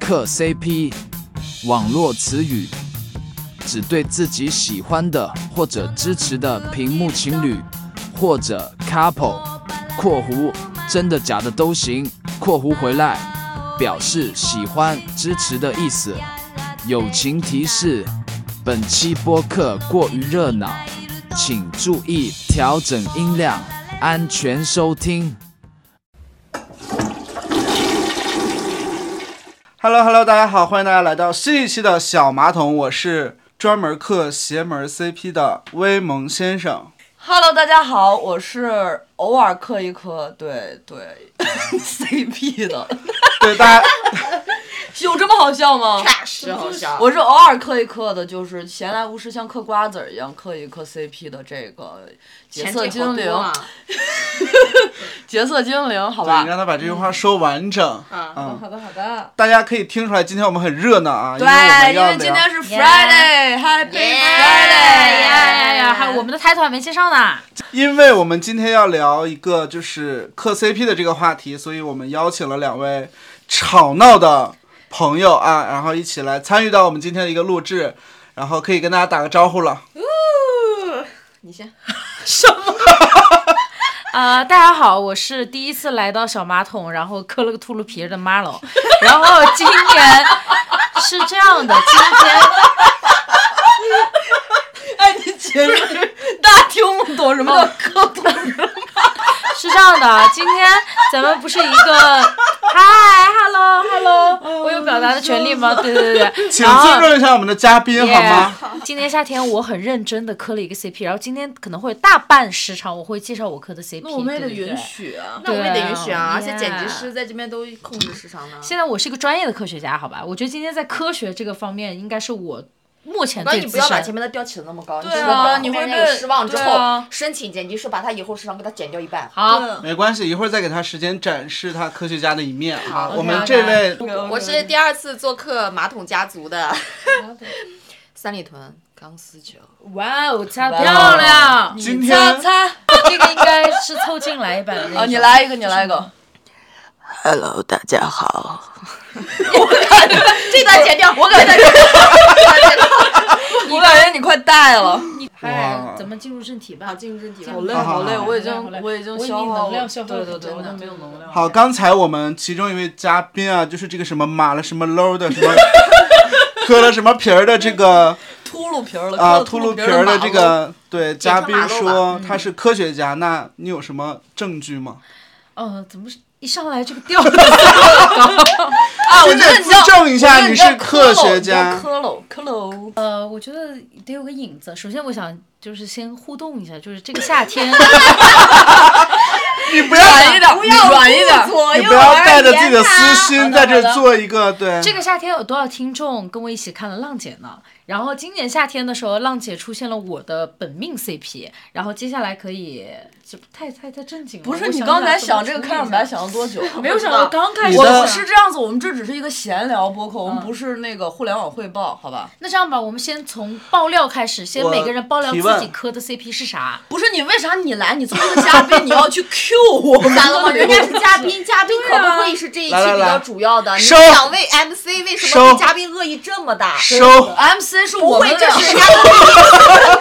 克 CP 网络词语，指对自己喜欢的或者支持的屏幕情侣或者 couple（括弧真的假的都行）（括弧回来）表示喜欢、支持的意思。友情提示：本期播客过于热闹，请注意调整音量，安全收听。 Hello Hello，大家好，欢迎大家来到新一期的小马桶，我是专门克邪门 CP 的威蒙先生。 Hello，大家好，我是偶尔磕一磕，对 对，CP 的，对大家，有这么好笑吗？ 是好笑。我是偶尔磕一磕的，就是闲来无事像嗑瓜子儿一样嗑一嗑 CP 的这个角色精灵，啊啊角色精灵，好对吧你？让他把这句话说完整。啊嗯，的，好的。大家可以听出来，今天我们很热闹啊，因为我对，们因要为今天聊。是 Yeah Friday，Happy Friday，呀呀呀！还还有我我们们的 title 还没介绍呢。因为我们今天要聊一个就是磕 CP 的这个话题，所以我们邀请了两位吵闹的朋友啊，然后一起来参与到我们今天的一个录制，然后可以跟大家打个招呼了。你先。什么？呃，大家好，我是第一次来到小马桶，然后磕了个秃噜皮儿的 Marlo，然后今年是这样的，今天哎，你解释，大家听不懂什么叫磕头。哦 是这样的啊，今天咱们不是一个嗨，hello hello，我有表达的权利吗？对对对对，请然后尊重一下我们的嘉宾好吗？ Yeah，今年夏天我很认真的磕了一个 CP，然后今天可能会有大半时长我会介绍我磕的 CP。哦那我们也得对不对允。许啊。那我们也对得允许啊，而且剪辑 yeah 师在这边都控制时长呢。现在我是一个专业的科学家，好吧？我觉得今天在科学这个方面，应该是我目前那最你不资要把深前。面的标起的那么高，你对知啊道吗？你会让人被有失望之对啊后，申请剪辑师把他以后时长给他减掉一半。好，没关系，一会儿再给他时间展示他科学家的一面啊。好我们 OK，OK 这位我是第二次做客马桶家族的三里屯钢丝球，哇哦，擦哇哦漂亮！今你天擦擦这个应该是凑近来一版的那种。啊！你来一个，你来一个。 Hello，大家好。这段剪掉，我感觉我感 觉你快带了，嗨哇，咱们进入正题吧好。进入正题吧。好累好好好累，好我已好累经我已经我已消经耗能量消耗对得对很对，多我已了经没有能量。好，，刚才我们其中一位嘉宾啊，就是这个什么马了什么 low 的什么，喝了什么皮儿的这个 秃噜皮儿了啊磕秃噜噜皮儿儿的马这路个对嘉宾马路说他是科学家，那你有什么证据吗？哦，怎么是一上来这个调子？啊，我觉得现在你要纠正一下我觉得你你要是科学家磕喽磕喽，呃，我觉得得有个引子。首先，我想就是先互动一下，就是这个夏天， 你不要，软一点，软一点，左你右不要带着而自己言的他。私心在这做一个对。这个夏天有多少听众跟我一起看了浪姐呢？然后今年夏天的时候，浪姐出现了我的本命 CP，然后接下来可以这太太太正经了。不是我你想刚才想怎么想这个处理开一场白下想了多久？啊没有想到刚开你始我的们是这样子，我们这只是一个闲聊播客，我们不是那个互联网汇报，好吧？那这样吧，我们先从爆料开始，先我每个人爆料提问自己磕的 CP 是啥。不是你为啥你来？你作为一个嘉宾，你要去 Q 我们？咋了吗？人家是嘉宾，嘉宾可不会是这一期来来比来较主要的。你收们两位 MC 为什么收对嘉宾恶意这么大？收 MC 是不我会们，这是人俩，家的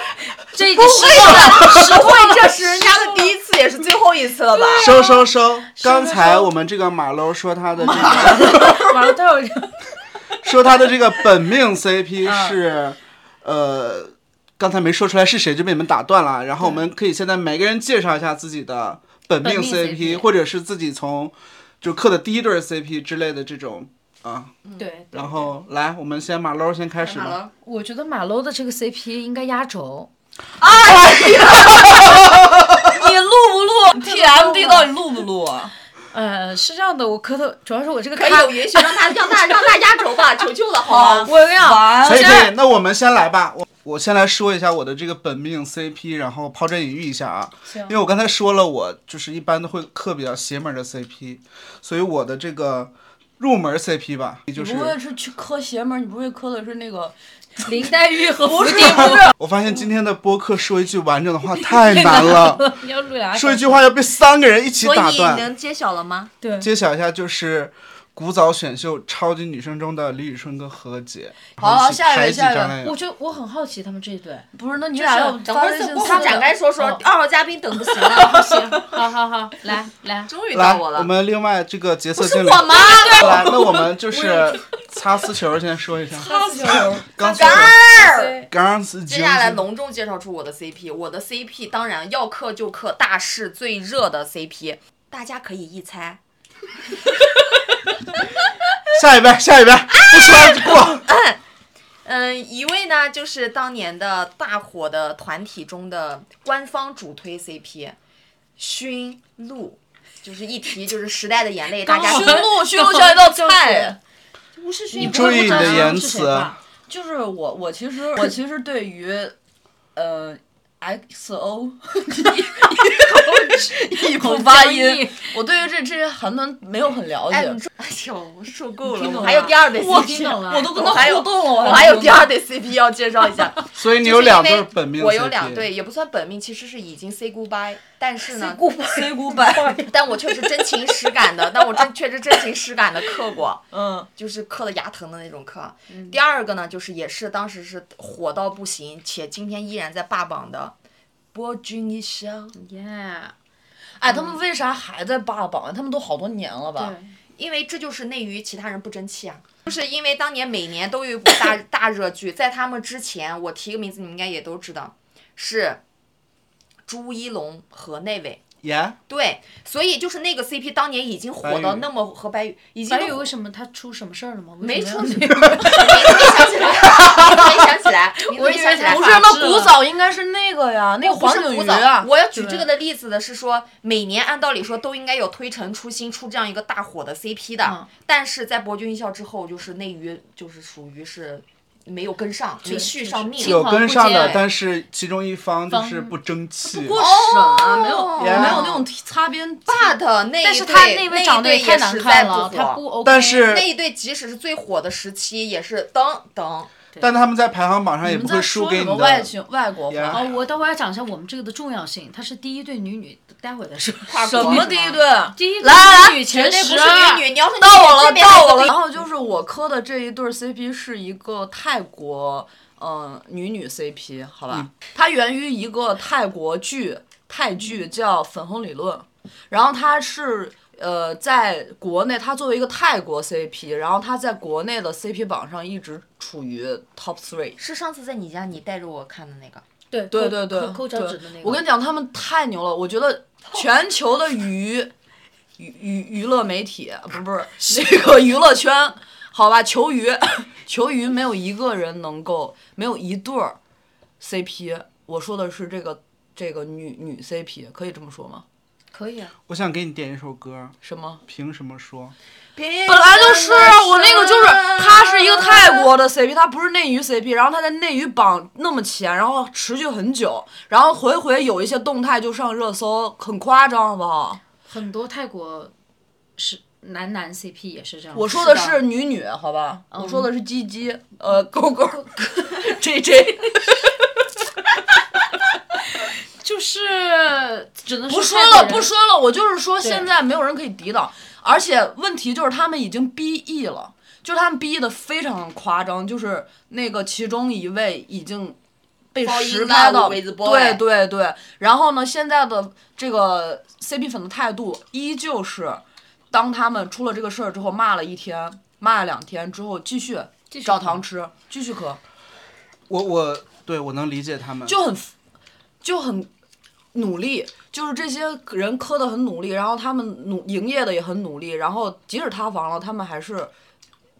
这个失望了，失不望会，这是人家的第一次，也是最后一次了吧？收收收！刚才我们这个马楼说他的这个。 完了，他有说他的这个本 命 CP 嗯是，呃，刚才没说出来是谁就被你们打断了。啊然后我们可以现在每个人介绍一下自己的本命本命 CP， CP 或者是自己从就刻的第一对 CP 之类的这种啊。对。然后来，我们先马楼先开始好吧。了，我觉得马楼的这个 CP 应该压轴， 你录不录？TMD 到底录不录啊？呃，是这样的，我磕的主要是我这个可以咖有允许让他让他让他压轴吧，求求了好好吗？我跟你讲，完可以先可以，那我们先来吧。我我先来说一下我的这个本命 CP，然后抛砖引玉一下啊。行因为我刚才说了，我就是一般都会刻比较邪门的 CP，所以我的这个入门 CP 吧，也就是你不会是去磕邪门儿？你不会磕的是那个？林黛玉和伏不是地不 是，我发现今天的播客说一句完整的话太难了，魔，要录俩说一句话要被三个人一起所打以断。能揭晓了吗？对，揭晓一下，就是古早选秀超级女声中的李宇春跟何洁。好好下一排位挤下一位张靓颖我觉得我很好奇他们这一对，不是，那你就俩是要等发会微儿信我私们聊展开说说哦，二号嘉宾等不及了，行，好好好，来来，终于来，到我了，们另外这个角色是经理，我吗？啊来，那我们 就是擦丝球，先说一下。好刚杆儿。对刚丝接下来隆重介绍出我的 CP，我的 CP 当然要克就克大势最热的 CP，大家可以一猜，下一位，下一位，啊不说就过。嗯，一位呢就是当年的大火的团体中的官方主推 CP，熏鹿，就是一提就是时代的眼泪，大家刚驯好 鹿，驯鹿像一道就是菜。吴世勋，你注意你的言辞就是我，我其 实我其实对于，呃，XO，一 口发音，我对于这这些韩团没有很了哎解 你。这哎呦，我受够听懂了，了我还有第二对我 CP，听懂了我都跟他我还有互动了，我还有第二对 CP 要介绍一下，所以 你你有两对本命 CP，我有两对，也不算本命，其实是已经 say goodbye，但是呢， say goodbye，但我确实真情实感的，但我真确实真情实感的刻 过，嗯，就是刻的牙疼的那种刻。第二个呢，就是也是当时是火到不行，且今天依然在霸榜的。博君一笑，耶，哎，他们为啥还在霸榜啊？他们都好多年了吧？因为这就是内娱其他人不争气啊，就是因为当年每年都有一部大大热剧，在他们之前，我提个名字，你们应该也都知道，是朱一龙和那位，耶，对，所以就是那个 CP 当年已经火白到宇那么和白宇已经白宇都为什么他出什么事儿了吗？没为什出么去，要没想起来，没想起来，我以没为想起来是不不是，是那那古古早应该是那个呀，那个不黄是景古瑜早啊，。我要举这对个的例子的是说，每年按道理说都应该有推陈出新出这样一个大火的 CP 的，嗯但是在博君一笑之后，就是内娱就是属于是没有跟上，没对续就是上进命。有跟上黄的不，接但是其中一方就是不争气。过审啊，没有哦没有那种擦边。 but 那一但是对他那位一长得对也太也难实在看了，不他火不 OK。但是那，一对即使是最火的时期，也是等等但他们在排行榜上也你不会们在输说给什么你外的。情外国呀话？哦，我等会儿要讲一下我们这个的重要性，它是第一对女女，待会儿 再说。跨什国么是第一吗对？第一对来女来女前绝对十不啊是女女，你要是到我了，这边到那我个了。地然后就是我磕的这一对儿 CP 是一个泰国，嗯、女女 CP，好嗯吧，它源于一个泰国剧，泰剧叫《粉红理论》，然后它是。呃，在国内，它作为一个泰国 CP，然后它在国内的 CP 榜上一直处于 top three。是上次在你家你带着我看的那个，对对抠对对，抠抠脚对趾的那个。我跟你讲，他们太牛了，我觉得全球的娱娱娱娱乐媒体不是不 是那个娱乐圈，好吧，求娱求娱没有一个人能够没有一对儿 CP，我说的是这个这个女女 CP，可以这么说吗？可以啊，我想给你点一首歌，什么？凭什么说？本本来就是啊我那个就是，他是一个泰国的 CP，他不是内娱 CP，然后他在内娱榜那么前，然后持续很久，然后回回有一些动态就上热搜，很夸张，好不好？很多泰国是男男 CP 也是这样。我说的的嗯是女女，好吧？我说的是鸡鸡，呃，狗狗 ，J J，就是只能不说说泰国了，人不说了，我就是说现在没有人可以抵挡，而且问题就是他们已经 BE 了，就是他们 BE 的非常夸张，就是那个其中一位已经。被高音实大拍陆到， with boy 对对对。然后呢，现在的这个 CP 粉的态度依旧是，当他们出了这个事儿之后，骂了一天，骂了两天之后，继续继续找磕糖吃，继续磕。我我对我能理解他们。就很就很努力，就是这些人磕的很努力，然后他们努营业的也很努力，然后即使塌房了，他们还是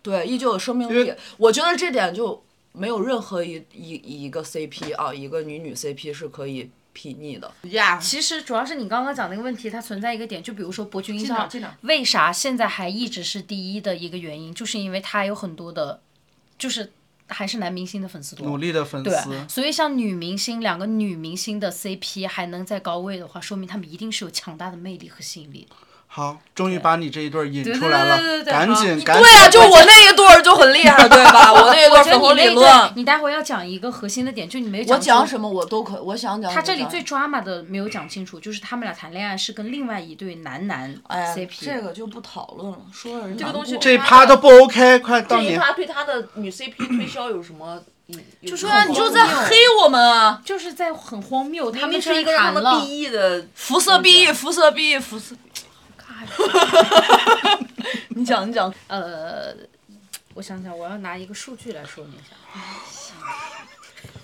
对依旧有生命因力为。我觉得这点就没有任何一一一个 CP 啊，一个女女 CP 是可以睥睨的。呀，啊其实主要是你刚刚讲那个问题，它存在一个点，就比如说博君一进哪笑进哪，为啥现在还一直是第一的一个原因，就是因为它有很多的，就是还是男明星的粉丝努多。力的粉对丝，，所以像女明星两个女明星的 CP 还能在高位的话，说明她们一定是有强大的魅力和吸引力的。好，终于把你这一对儿引对出来了，对对对对对赶好紧赶紧。对啊，就我那一对儿就很厉害，对 吧？我那一对我儿觉粉得你红那理一段论，你待会儿要讲一个核心的点，就你没有我讲讲什么我都可，我想讲什么他这里讲最 drama 的没有讲清楚，就是他们俩谈恋爱是跟另外一对男男哎 CP。这个就不讨论了，说了人这个难东西过这一趴都不 OK，快到这一你。趴对他的女 CP 推销有什么？就说对啊，你就在黑我们啊！就是在很荒谬，他明们明居然是一个让他谈们了， BE 的，辐射 B，辐射 B，辐射。 你讲，你讲，呃，我想想，我要拿一个数据来说明一下。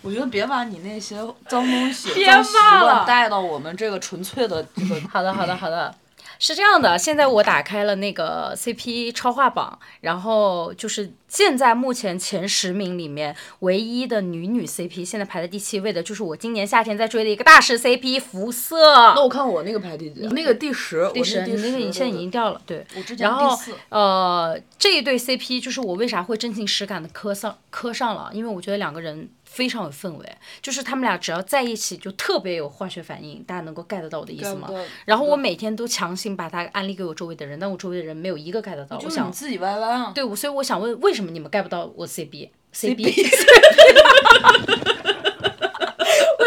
我觉得别把你那些脏东西、别脏习骂了惯带到我们这个纯粹的这个。好的，好的，好的。是这样的，现在我打开了那个 CP 超话榜，然后就是现在目前前十名里面唯一的女女 CP，现在排在第七位的就是我今年夏天在追的一个大师 E，CP 辐射。 那我看我那个排第几？那个第十，第十，我你那个第现在已经掉了，对。我之前然第后四。呃，这一对 CP 就是我为啥会真情实感的磕上磕上了，啊因为我觉得两个人非常有氛围，就是他们俩只要在一起就特别有化学反应，大家能够 get 到我的意思吗？然后我每天都强行把它安利给我周围的人，但我周围的人没有一个 get 得到。我就是你想，自己歪歪啊！对，我所以我想问，为什么你们 get 不到我 CB CB？为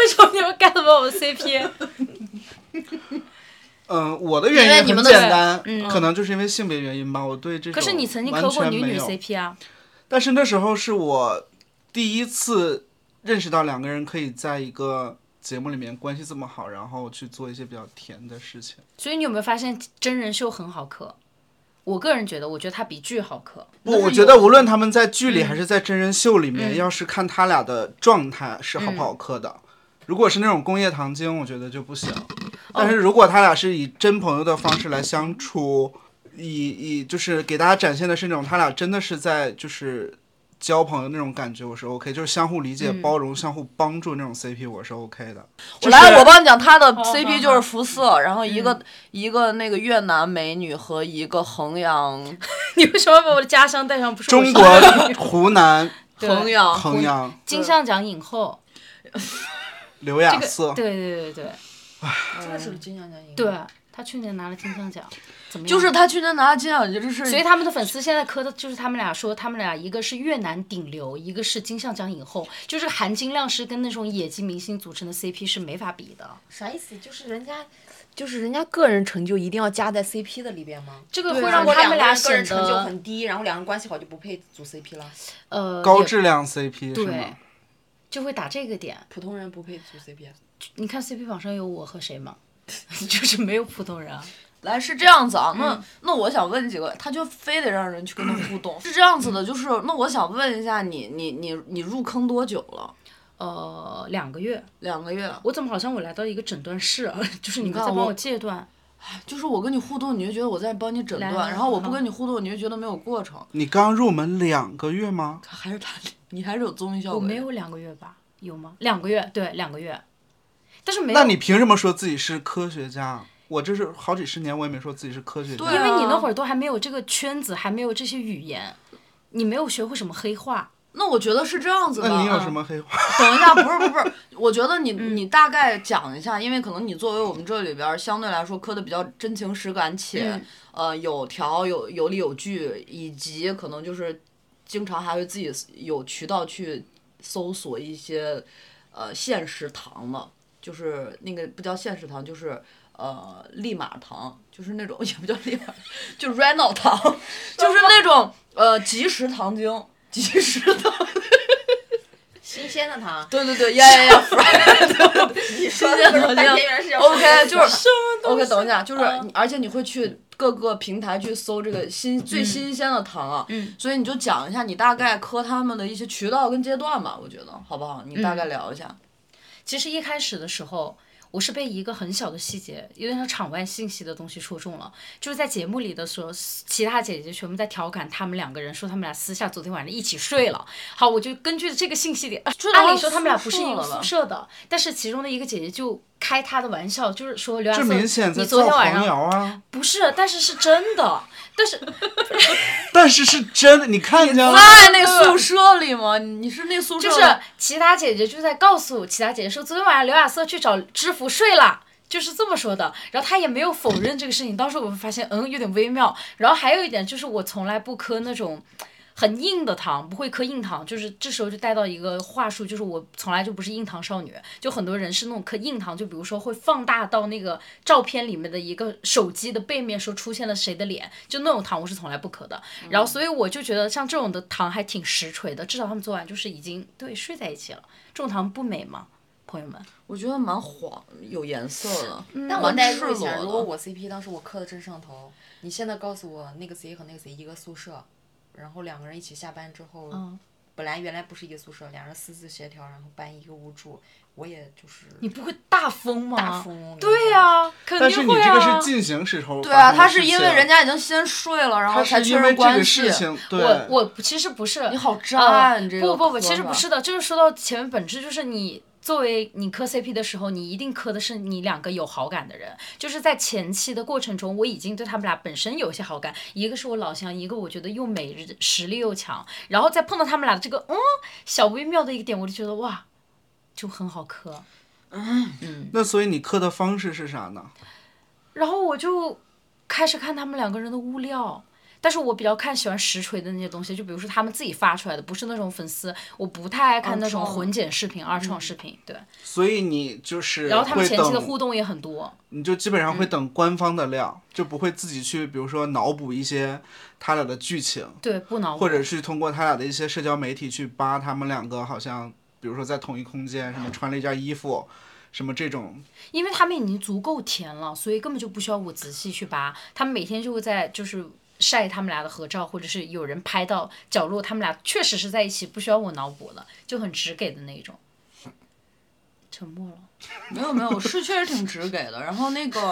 什么你们 get 不到 我 CP？嗯，我的原因你很们的嗯简单，可能就是因为性别原因吧。我对这种可是你曾经完磕过全女没女有 CP 啊？但是那时候是我第一次认识到两个人可以在一个节目里面关系这么好，然后去做一些比较甜的事情。所以你有没有发现真人秀很好磕？我个人觉得，我觉得它比剧好磕。 不，我觉得无论他们在剧嗯里还是在真人秀里面，要是看他俩的状态是好不嗯好磕的。如果是那种工业糖精，我觉得就不行。哦但是如果他俩是以真朋友的方式来相处，以以就是给大家展现的是那种他俩真的是在就是交朋友那种感觉，我是 OK，就是相互理嗯解、包容、相互帮助那种 CP，我是 OK 的。我来，我帮你讲，他的好 CP 就是辐射，然后一个一个那个越南美女和一个衡阳你为什么要把我的家乡带上？不是啊我中国 湖 南对衡阳衡阳金像奖影后，刘雅这个瑟，对对对对真的是金像奖赢。对，对，她去年拿了金像奖，怎么样就是他去年拿金像奖，就是所以他们的粉丝现在磕的就是他们俩说他们俩一个是越南顶流，一个是金像奖影后，就是含金量是跟那种野鸡明星组成的 CP 是没法比的。啥意思？就是人家，就是人家个人成就一定要加在 CP 的里边吗？这个会会让让我他啊两个们俩人个显人成就得很低，然后两人关系好就不配组 CP 了，呃高也质量 CP 是对吗？，就会打这个点。普通人不配组 CP。你看 CP 榜上有我和谁吗？ 就是没有普通人啊。来是这样子啊，那、嗯那我想问几个，他就非得让人去跟他互动，是这样子的，就是那我想问一下你，你你你入坑多久了？呃，两个月，两个月，啊我怎么好像我来到一个诊断室啊？ 就是你们看在帮我我戒断，就是我跟你互动，你就觉得我在帮你诊断，来来来然后我不好跟你互动，你就觉得没有过程，你刚入门两个月吗？还是他， 你还是有综艺效我果的。没有两个月吧？有吗？两个月，对，两个月。但是没有，那你凭什么说自己是科学家？我这是好几十年，我也没说自己是科学家。对因啊为你那会儿都还没有这个圈子，还没有这些语言，你没有学会什么黑话。那我觉得是这样子的。那你有嗯什么黑话？等一下，不是不是不是，我觉得你你大概讲一下，因为可能你作为我们这里边儿相对来说磕的比较真情实感且、嗯呃有条有有理有据，以及可能就是经常还会自己有渠道去搜索一些呃现实堂的，就是那个不叫现实堂，就是。呃，利马堂就是那种 也不叫利马，就是 Reno 堂， 就是那种呃即食糖精，即食糖，新鲜的他，对对对，呀呀 呀新新鲜的糖精 OK，就是 OK。等一下，就是啊你，而且你会去各个平台去搜这个新最新鲜的糖啊，嗯所以你就讲一下你大概磕他们的一些渠道跟阶段吧，我觉得好不好？你大概聊一下。其实一开始的时候，我是被一个很小的细节，有点像场外信息的东西戳中了。就是在节目里的时候，其他姐姐全部在调侃他们两个人，说他们俩私下昨天晚上一起睡了。好，我就根据这个信息点，按理说他们俩不是一哦个宿舍的，但是其中的一个姐姐就开她的玩笑，就是说刘亚这瑟，明显在你昨造天晚黄上谣啊！不是，但是是真的，但是但是是真的，你看见了？在那宿舍里吗？你是那宿舍就是其他姐姐就在告诉其他姐姐说，昨天晚上刘亚瑟去找知府睡了。就是这么说的。然后他也没有否认这个事情，当时我会发现，嗯，有点微妙。然后还有一点就是，我从来不磕那种。很硬的糖，不会磕硬糖，就是这时候就带到一个话术，就是我从来就不是硬糖少女，就很多人是那种磕硬糖，就比如说会放大到那个照片里面的一个手机的背面，说出现了谁的脸，就那种糖我是从来不磕的。嗯然后所以我就觉得像这种的糖还挺实锤的，至少他们昨晚就是已经对睡在一起了，这种糖不美吗？朋友们，我觉得蛮黄，有颜色的。但我蛮代赤入一裸下，的如果我 CP 当时我磕的真上头，你现在告诉我那个谁和那个谁一个宿舍，然后两个人一起下班之后，嗯本来原来不是一个宿舍，两人私自协调，然后搬一个屋住，我也就是你不会大疯吗？大疯了嗯对呀、肯但定是你会这啊。个是进行时候发生的事情，对啊，他是因为人家已经先睡了，然后他才是确因为认这关个系事。情，对，我我其实不是，你好渣啊啊！你这个不不不，磕其实法不是的，就是说到前面本质，就是你作为你磕 CP 的时候，你一定磕的是你两个有好感的人。就是在前期的过程中，我已经对他们俩本身有一些好感，一个是我老乡，一个我觉得又美，实力又强。然后再碰到他们俩这个嗯小微妙的一个点，我就觉得哇，就很好磕。那所以你磕的方式是啥呢？然后我就开始看他们两个人的物料。但是我比较看喜欢实锤的那些东西，就比如说他们自己发出来的，不是那种粉丝，我不太爱看那种二创混剪视频、二创视频，对。所以你就是然后他们会前期的等，互动也很多，你就基本上会等官方的料，就不会自己去，比如说脑补一些他俩的剧情，对，不恼火或者是通过他俩的一些社交媒体去扒他们两个好像，比如说在同一空间，什么穿了一件衣服，什么这种因为他们已经足够甜了，所以根本就不需要我仔细去扒。他们每天就会在就是晒他们俩的合照，或者是有人拍到角落，他们俩确实是在一起，不需要我脑补了，就很直给的那一种。沉默了，没有没有，是确实挺直给的。然后那个，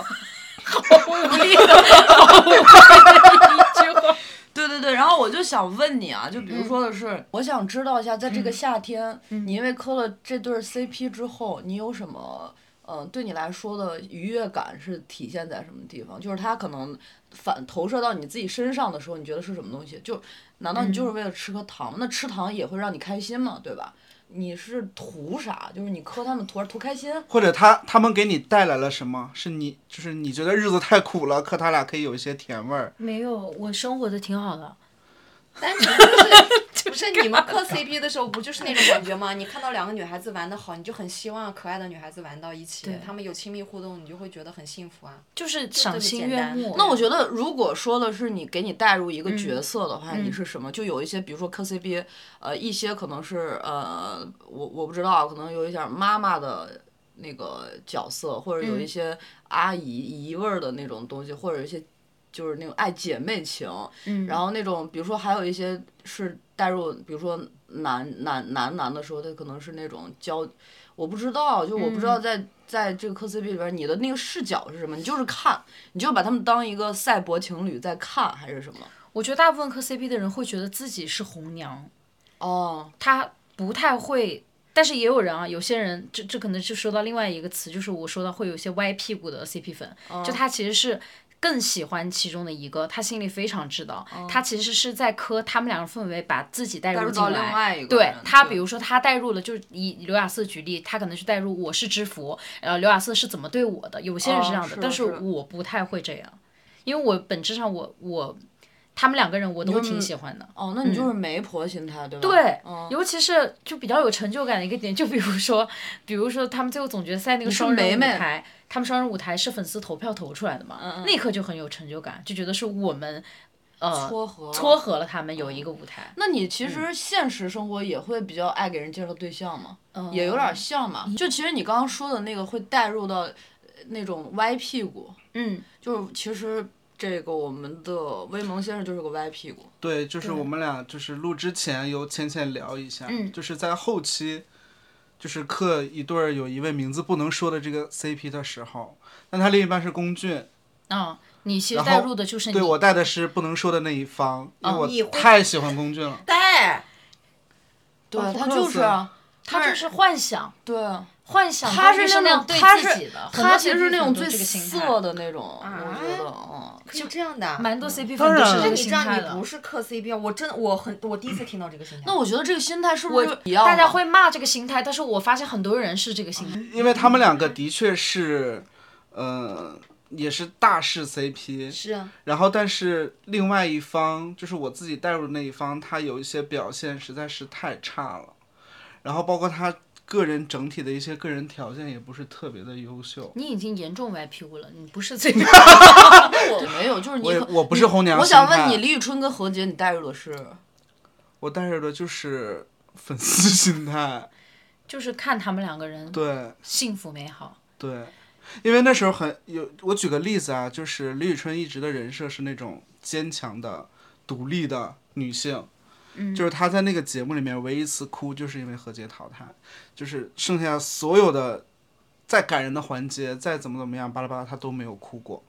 无力的，毫无力的一句话对对对，然后我就想问你啊，就比如说的是，我想知道一下，在这个夏天，你因为磕了这对儿 CP 之后，你有什么？嗯，对你来说的愉悦感是体现在什么地方？就是它可能反投射到你自己身上的时候，你觉得是什么东西？就难道你就是为了吃颗糖？那吃糖也会让你开心吗？对吧？你是图啥？就是你磕他们图图开心？或者他他们给你带来了什么？是你就是你觉得日子太苦了，可他俩可以有一些甜味儿。没有，我生活的挺好的。但是 不是不是你们磕 CP 的时候不就是那种感觉吗？你看到两个女孩子玩的好，你就很希望可爱的女孩子玩到一起对，她们有亲密互动，你就会觉得很幸福啊。就是这么赏心简悦单目，那我觉得，如果说的是你给你带入一个角色的话，你是什么？就有一些，比如说磕 CP，呃，一些可能是呃，我我不知道，可能有一点妈妈的那个角色，或者有一些阿姨姨味儿的那种东西，或者一些就是那种爱姐妹情，嗯，然后那种比如说还有一些是带入，比如说男男男男的时候，他可能是那种交，我不知道，就我不知道在、在这个磕 CP 里边，你的那个视角是什么？你就是看，你就把他们当一个赛博情侣在看，还是什么？我觉得大部分磕 CP 的人会觉得自己是红娘，哦，他不太会，但是也有人啊，有些人这这可能就说到另外一个词，就是我说到会有一些歪屁股的 CP 粉，就他其实是。更喜欢其中的一个，他心里非常知道，他其实是在磕他们两个氛围，把自己带带入入进到来。另外一个对人他，对比如说他带入了，就是以刘雅瑟举例，他可能是带入我是知福，呃，刘雅瑟是怎么对我的，有些人是这样的，哦是但是是我不太会这样，因为我本质上我我他们两个人我都就挺嗯喜欢的。哦，那你就是媒婆心态，对吧？对，嗯，尤其是就比较有成就感的一个点，就比如说，比如说他们最后总决赛那个是双人梅舞梅嗯台，他们双人舞台是粉丝投票投出来的嘛，那一刻就很有成就感，就觉得是我们呃嗯撮合撮。合嗯了他们有一个舞台。哦那你其实现实生活也会比较爱给人介绍对象嗯嘛，也有点像嘛。就其实你刚刚说的那个会带入到呃那种歪屁股，嗯，就是其实这个我们的威蒙先生就是个歪屁股，对，就是我们俩就是录之前有浅浅聊一下，就是在后期，就是刻一对儿有一位名字不能说的这个 CP 的时候，那他另一半是龚俊，啊，你其实然带后入的就是你对我带的是不能说的那一方，因你为会我太喜欢龚俊了。对，对哦他不就客是气啊，他就是幻想，对啊，幻想他东西是是那样种对他自是己的，很多他其实 CP 是那粉种都最这个心态啊色的那种，我觉得，嗯，可以这样的啊。蛮多 CP 当粉都然是了那这你个知心道态你的不。是磕 CP 啊？我真的我很我第一次听到这个心态。那我觉得这个心态是不是一样大家的嗯会骂这个心态，但是我发现很多人是这个心态。因为他们两个的确是，呃，也是大势 CP，是啊，然后，但是另外一方，就是我自己带入的那一方，他有一些表现实在是太差了，然后包括他个人整体的一些个人条件也不是特别的优秀。你已经严重歪屁股了，你不是最 我没有，就是你我也可我不是红娘我想心态问你，李宇春跟何洁，你带入的是？我带入的就是粉丝心态，就是看他们两个人对幸福美好。对，因为那时候很有，我举个例子啊，就是李宇春一直的人设是那种坚强的、独立的女性，就是她在那个节目里面唯一一次哭，就是因为何洁淘汰，就是剩下所有的再感人的环节，再怎么怎么样，巴拉巴拉，她都没有哭过。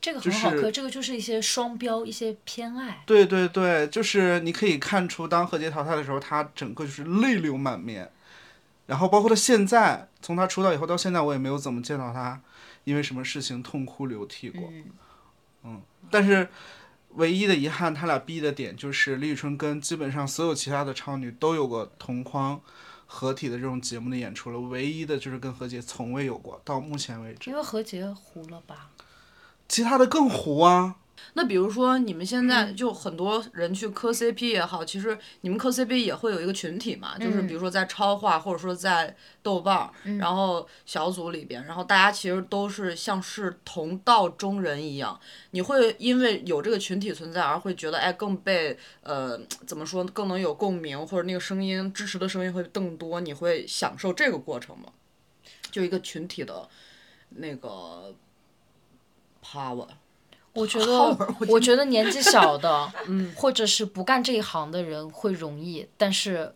这个很好就磕，是这个就是一些双标，一些偏爱。对对对，就是你可以看出，当何洁淘汰的时候，她整个就是泪流满面。然后包括她现在，从她出道以后到现在，我也没有怎么见到她因为什么事情痛哭流涕过。嗯但是唯一的遗憾，他俩逼的点就是李宇春跟基本上所有其他的超女都有过同框合体的这种节目的演出了，唯一的就是跟何洁从未有过，到目前为止，因为何洁糊了吧？其他的更糊啊。那比如说，你们现在就很多人去磕 CP 也好，其实你们磕 CP 也会有一个群体嘛，就是比如说在超话或者说在豆瓣儿，然后小组里边，然后大家其实都是像是同道中人一样，你会因为有这个群体存在而会觉得哎更被呃怎么说更能有共鸣，或者那个声音支持的声音会更多，你会享受这个过程吗？就一个群体的那个 power。我觉好得，我觉得年纪小的， 嗯，或者是不干这一行的人会容易，但是，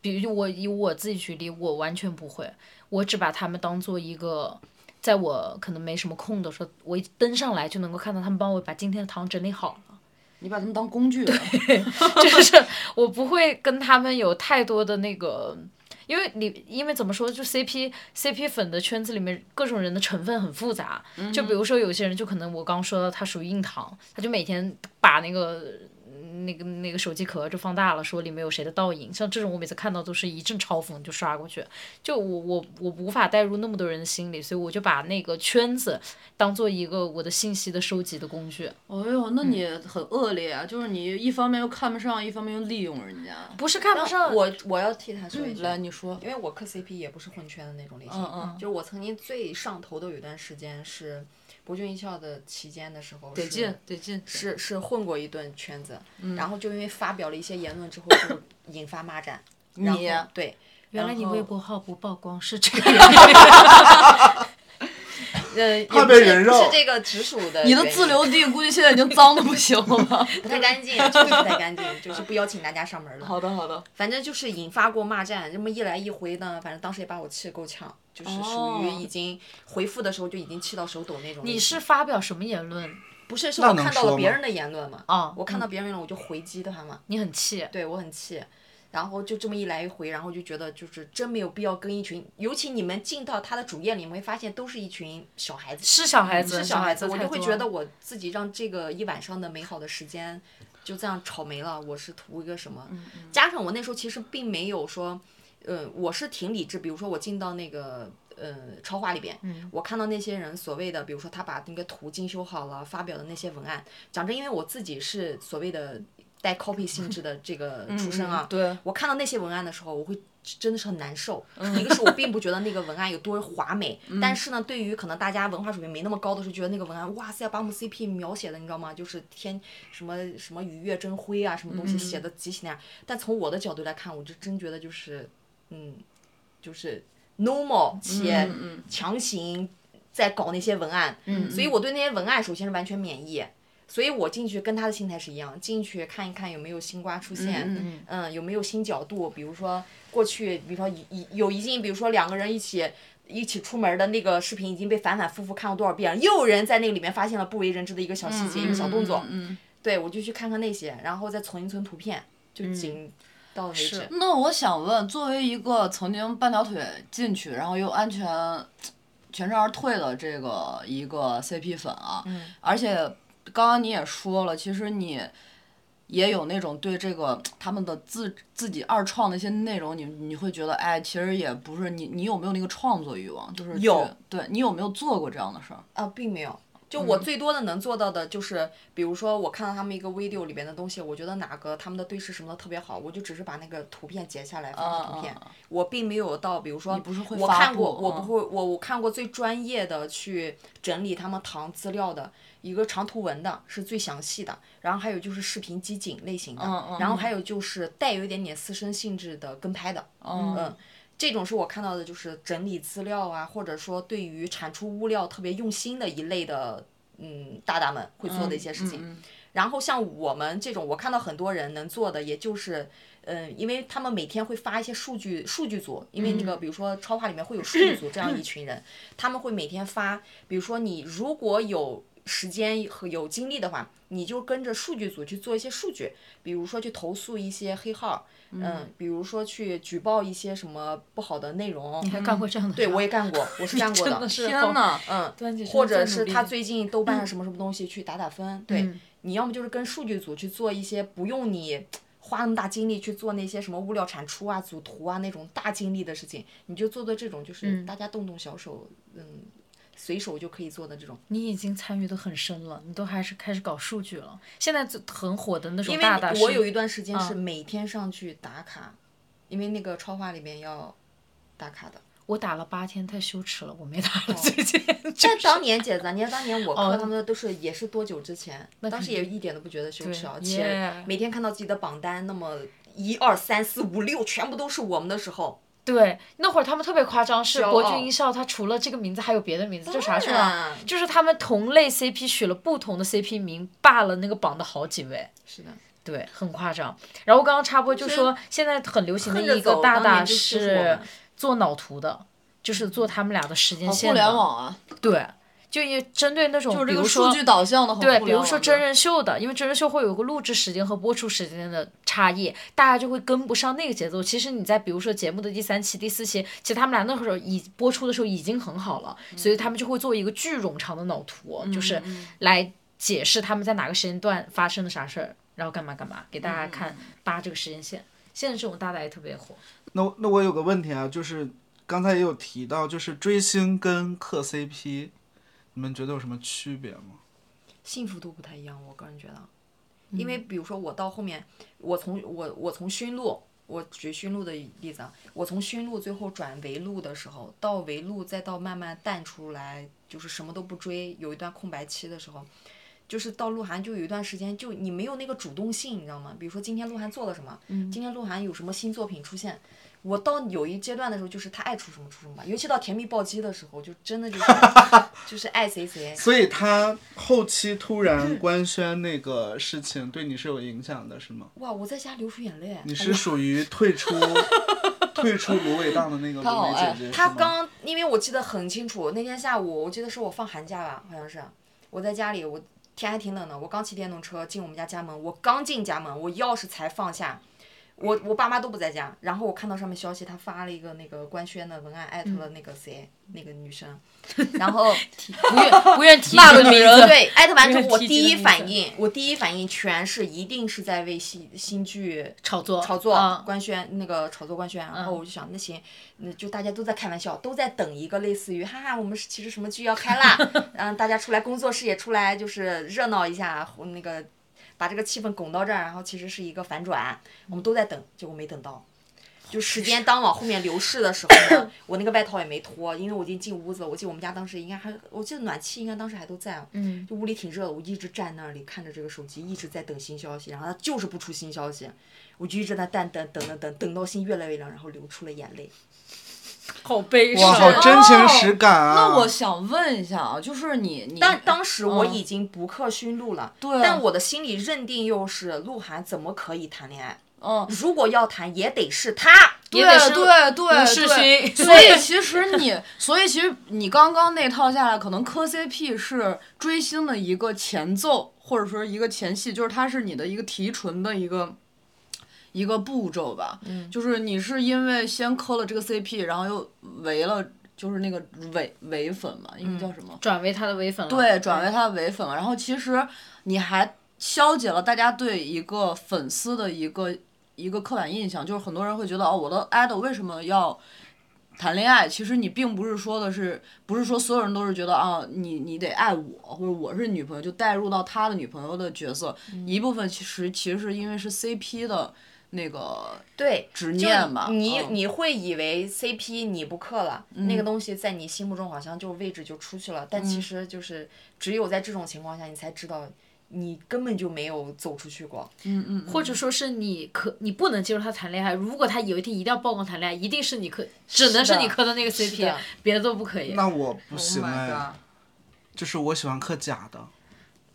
比如我以我自己举例，我完全不会，我只把他们当做一个，在我可能没什么空的时候，我一登上来就能够看到他们帮我把今天的糖整理好了。你把他们当工具了。 就是我不会跟他们有太多的那个，因为你因为怎么说，就 CP CP 粉的圈子里面各种人的成分很复杂，嗯就比如说有些人就可能我刚说到他属于硬糖，他就每天把那个。那个那个手机壳就放大了，说里面有谁的倒影，像这种我每次看到都是一阵嘲讽就刷过去，就我我我无法带入那么多人的心里，所以我就把那个圈子当做一个我的信息的收集的工具。哎呦，那你很恶劣啊！就是你一方面又看不上，一方面又利用人家。不是看不上我我要替他说一嗯句，来，你说，因为我磕 CP 也不是混圈的那种类型，嗯嗯就是我曾经最上头的有一段时间是博君一笑的期间的时候，得是劲，得劲，是是混过一顿圈子，然后就因为发表了一些言论之后，就引发骂战。然后你对，原来你然后微博号不曝光是这 个原因，呃，也怕不被是人不肉是这个直属的原因，你的自留地估计现在已经脏的不行了吧？不太干净，就是不太干净，就是不邀请大家上门了。好的，好的。反正就是引发过骂战，这么一来一回呢，反正当时也把我气得够呛，就是属于哦已经回复的时候就已经气到手抖那种类型。你是发表什么言论？不是是那我能看到说了别吗人的言论嘛？哦我看到别人了我就回击他嘛，你很气，对我很气。然后就这么一来一回，然后就觉得就是真没有必要跟一群，尤其你们进到他的主页里，你们会发现都是一群小孩子，是小孩子，嗯是小孩子，我太就多会觉得我自己让这个一晚上的美好的时间就这样吵没了，我是图一个什么？嗯加上我那时候其实并没有说，呃，我是挺理智。比如说我进到那个呃超话里边，嗯我看到那些人所谓的，比如说他把那个图精修好了，发表的那些文案，讲真，因为我自己是所谓的带 copy 性质的这个嗯出身啊，对，我看到那些文案的时候，我会真的是很难受。一个是我并不觉得那个文案有多华 美，但是呢，对于可能大家文化水平没那么高的时候，觉得那个文案，哇塞，把我们 CP 描写的你知道吗？就是天什么什么雨月争辉啊，什么东西写的极其那样。但从我的角度来看，我就真觉得就是，嗯，就是 normal 且强行在搞那些文案，所以我对那些文案首先是完全免疫。所以我进去跟他的心态是一样，进去看一看有没有新瓜出现，嗯有没有新角度，比如说过去，比如说一一有一进，比如说两个人一起一起出门的那个视频已经被反反复复看过多少遍了，又有人在那个里面发现了不为人知的一个小细节、一个小动作，嗯，对我就去看看那些，然后再存一存图片，就嗯仅到为止。那我想问，作为一个曾经半条腿进去，然后又安全全身而退的这个嗯一个 CP 粉啊，而且刚刚你也说了，其实你也有那种对这个他们的自自己二创的一些内容，你你会觉得，哎，其实也不是你你有没有那个创作欲望，就是去有对你有没有做过这样的事儿？啊，并没有。就嗯我最多的能做到的就是，比如说我看到他们一个 video 里边的东西，我觉得哪个他们的对视什么的特别好，我就只是把那个图片截下来放到图片嗯嗯嗯，我并没有到，比如说，不是会我发看过，布我不嗯会，我我看过最专业的去整理他们糖资料的一个长图文的是最详细的，然后还有就是视频集锦类型的，嗯嗯然嗯后还有就是带有一点点私生性质的跟拍的，嗯嗯，这种是我看到的，就是整理资料啊，或者说对于产出物料特别用心的一类的，嗯，大大们会做的一些事情。嗯嗯然后像我们这种，我看到很多人能做的，也就是，嗯，因为他们每天会发一些数据，数据组，因为那嗯个比如说超话里面会有数据组这样一群人，他们会每天发，比如说你如果有时间和有精力的话，你就跟着数据组去做一些数据，比如说去投诉一些黑号，嗯，比如说去举报一些什么不好的内容，你还干过这样的事儿？嗯对我也干过，我是干过真的是天哪！哪，嗯，端姐真的或者在努是力嗯他最近豆瓣上什么什么东西去打打分，对你要么就是跟数据组去做一些不用你花那么大精力去做那些什么物料产出啊、组图啊那种大精力的事情，你就做做这种就是嗯大家动动小手，嗯，随手就可以做的这种。你已经参与的很深了，你都还是开始搞数据了。现在就很火的那种因为大嗯大我是有一段时间是每天上去打卡，因为那个超话里面要打卡的。我打了八天，太羞耻了，我没打哦了。最近 就但当年姐，咱家当年我磕他们的都是也是多久之前，当时哦肯也一点都不觉得羞耻啊，对且 yeah 每天看到自己的榜单，那么一二三四五六全部都是我们的时候，对，那会儿他们特别夸张，是骄国傲剧音效，它除了这个名字还有别的名字，叫啥去啊了然？就是他们同类 CP 取了不同的 CP 名，霸了那个榜的好几位。是的，对，很夸张。然后刚刚插播就说，现在很流行的恨着一个走大当年大就欺负我们是做脑图的，就是做他们俩的时间线互的。联网啊，对，就也针对那种，就是比这如个说数据导向的很对，互比联如网说的真人秀的，因为真人秀会有个录制时间和播出时间的差异，大家就会跟不上那个节奏。其实你在比如说节目的第三期、第四期，其实他们俩那会儿已播出的时候已经很好了，所以他们就会做一个巨冗长的脑图，就是来解释他们在哪个时间段发生了啥事儿，然后干嘛干嘛，给大家看扒这个时间线。现在这种大大也特别火，那那我有个问题啊，就是刚才也有提到，就是追星跟磕 CP，你们觉得有什么区别吗？幸福度不太一样，我个人觉得，因为比如说我到后面，我从我我从驯鹿，我举驯鹿的例子啊，我从驯鹿最后转围鹿的时候，到围鹿再到慢慢淡出来，就是什么都不追，有一段空白期的时候。就是到鹿晗就有一段时间，就你没有那个主动性，你知道吗？比如说今天鹿晗做了什么，今天鹿晗有什么新作品出现，我到有一阶段的时候，就是他爱出什么出什么吧，尤其到甜蜜暴击的时候，就真的就是 就是爱谁谁。所以他后期突嗯然官宣那个事情，对你是有影响的，是吗？哇，我在家流出眼泪。哎你是属于退 出退出芦苇荡的那个芦苇姐姐，哦哎他是吗刚，因为我记得很清楚，那天下午我记得是我放寒假吧，好像是我在家里，我天还挺冷的，我刚骑电动车进我们家家门，我刚进家门，我钥匙才放下，我我爸妈都不在家，然后我看到上面消息，他发了一个那个官宣的文案，艾特嗯了那个谁，那个女生，然后不愿不愿 提这个名字，对，艾特完之后，我提第及一的名反字应，我第一反应全是一定是在为新新剧炒作炒作、啊官宣那个炒作官宣，啊然后我就想，那行，那就大家都在开玩笑，都在等一个类似于哈哈，我们是其实什么剧要开啦，嗯，大家出来工作室也出来就是热闹一下，或那个把这个气氛拱到这儿，然后其实是一个反转，我们都在等，结果没等到。就时间当往后面流逝的时候呢，我那个外套也没脱，因为我已经进屋子了。我记得我们家当时应该还，我记得暖气应该当时还都在啊。嗯。就屋里挺热的，我一直站那里看着这个手机，一直在等新消息，然后它就是不出新消息，我就一直在等等等等等，等到心越来越凉，然后流出了眼泪。好悲哇，好哦伤。真情实感啊！那我想问一下啊，就是你你但当时我已经不克驯鹿了，对啊但我的心里认定又是鹿晗怎么可以谈恋爱？嗯，如果要谈，也得是他。也对得是对对，世对新所以其实你，所以其实你刚刚那套下来，可能磕 CP 是追星的一个前奏，或者说一个前戏，就是它是你的一个提纯的一个。一个步骤吧，嗯、就是你是因为先磕了这个 CP，然后又围了，就是那个伪伪粉嘛，应该叫什么？转为他的微粉了。对，转为他的伪粉了。然后其实你还消解了大家对一个粉丝的一个一个刻板印象，就是很多人会觉得哦，我的 idol 为什么要谈恋爱？其实你并不是说的是，不是说所有人都是觉得啊，你你得爱我，或者我是女朋友，就带入到他的女朋友的角色。嗯一部分其实其实是因为是 CP 的那个对，执就念吧你嗯你会以为 CP 你不克了，嗯那个东西在你心目中好像就位置就出去了，但其实就是只有在这种情况下，你才知道你根本就没有走出去过。或者说是你可你不能接受他谈恋爱，如果他有一天一定要曝光谈恋爱，一定是你磕，只能是你磕的那个是 CP，的别的都不可以。那我不行 Oh my 哎 god，就是我喜欢克假的。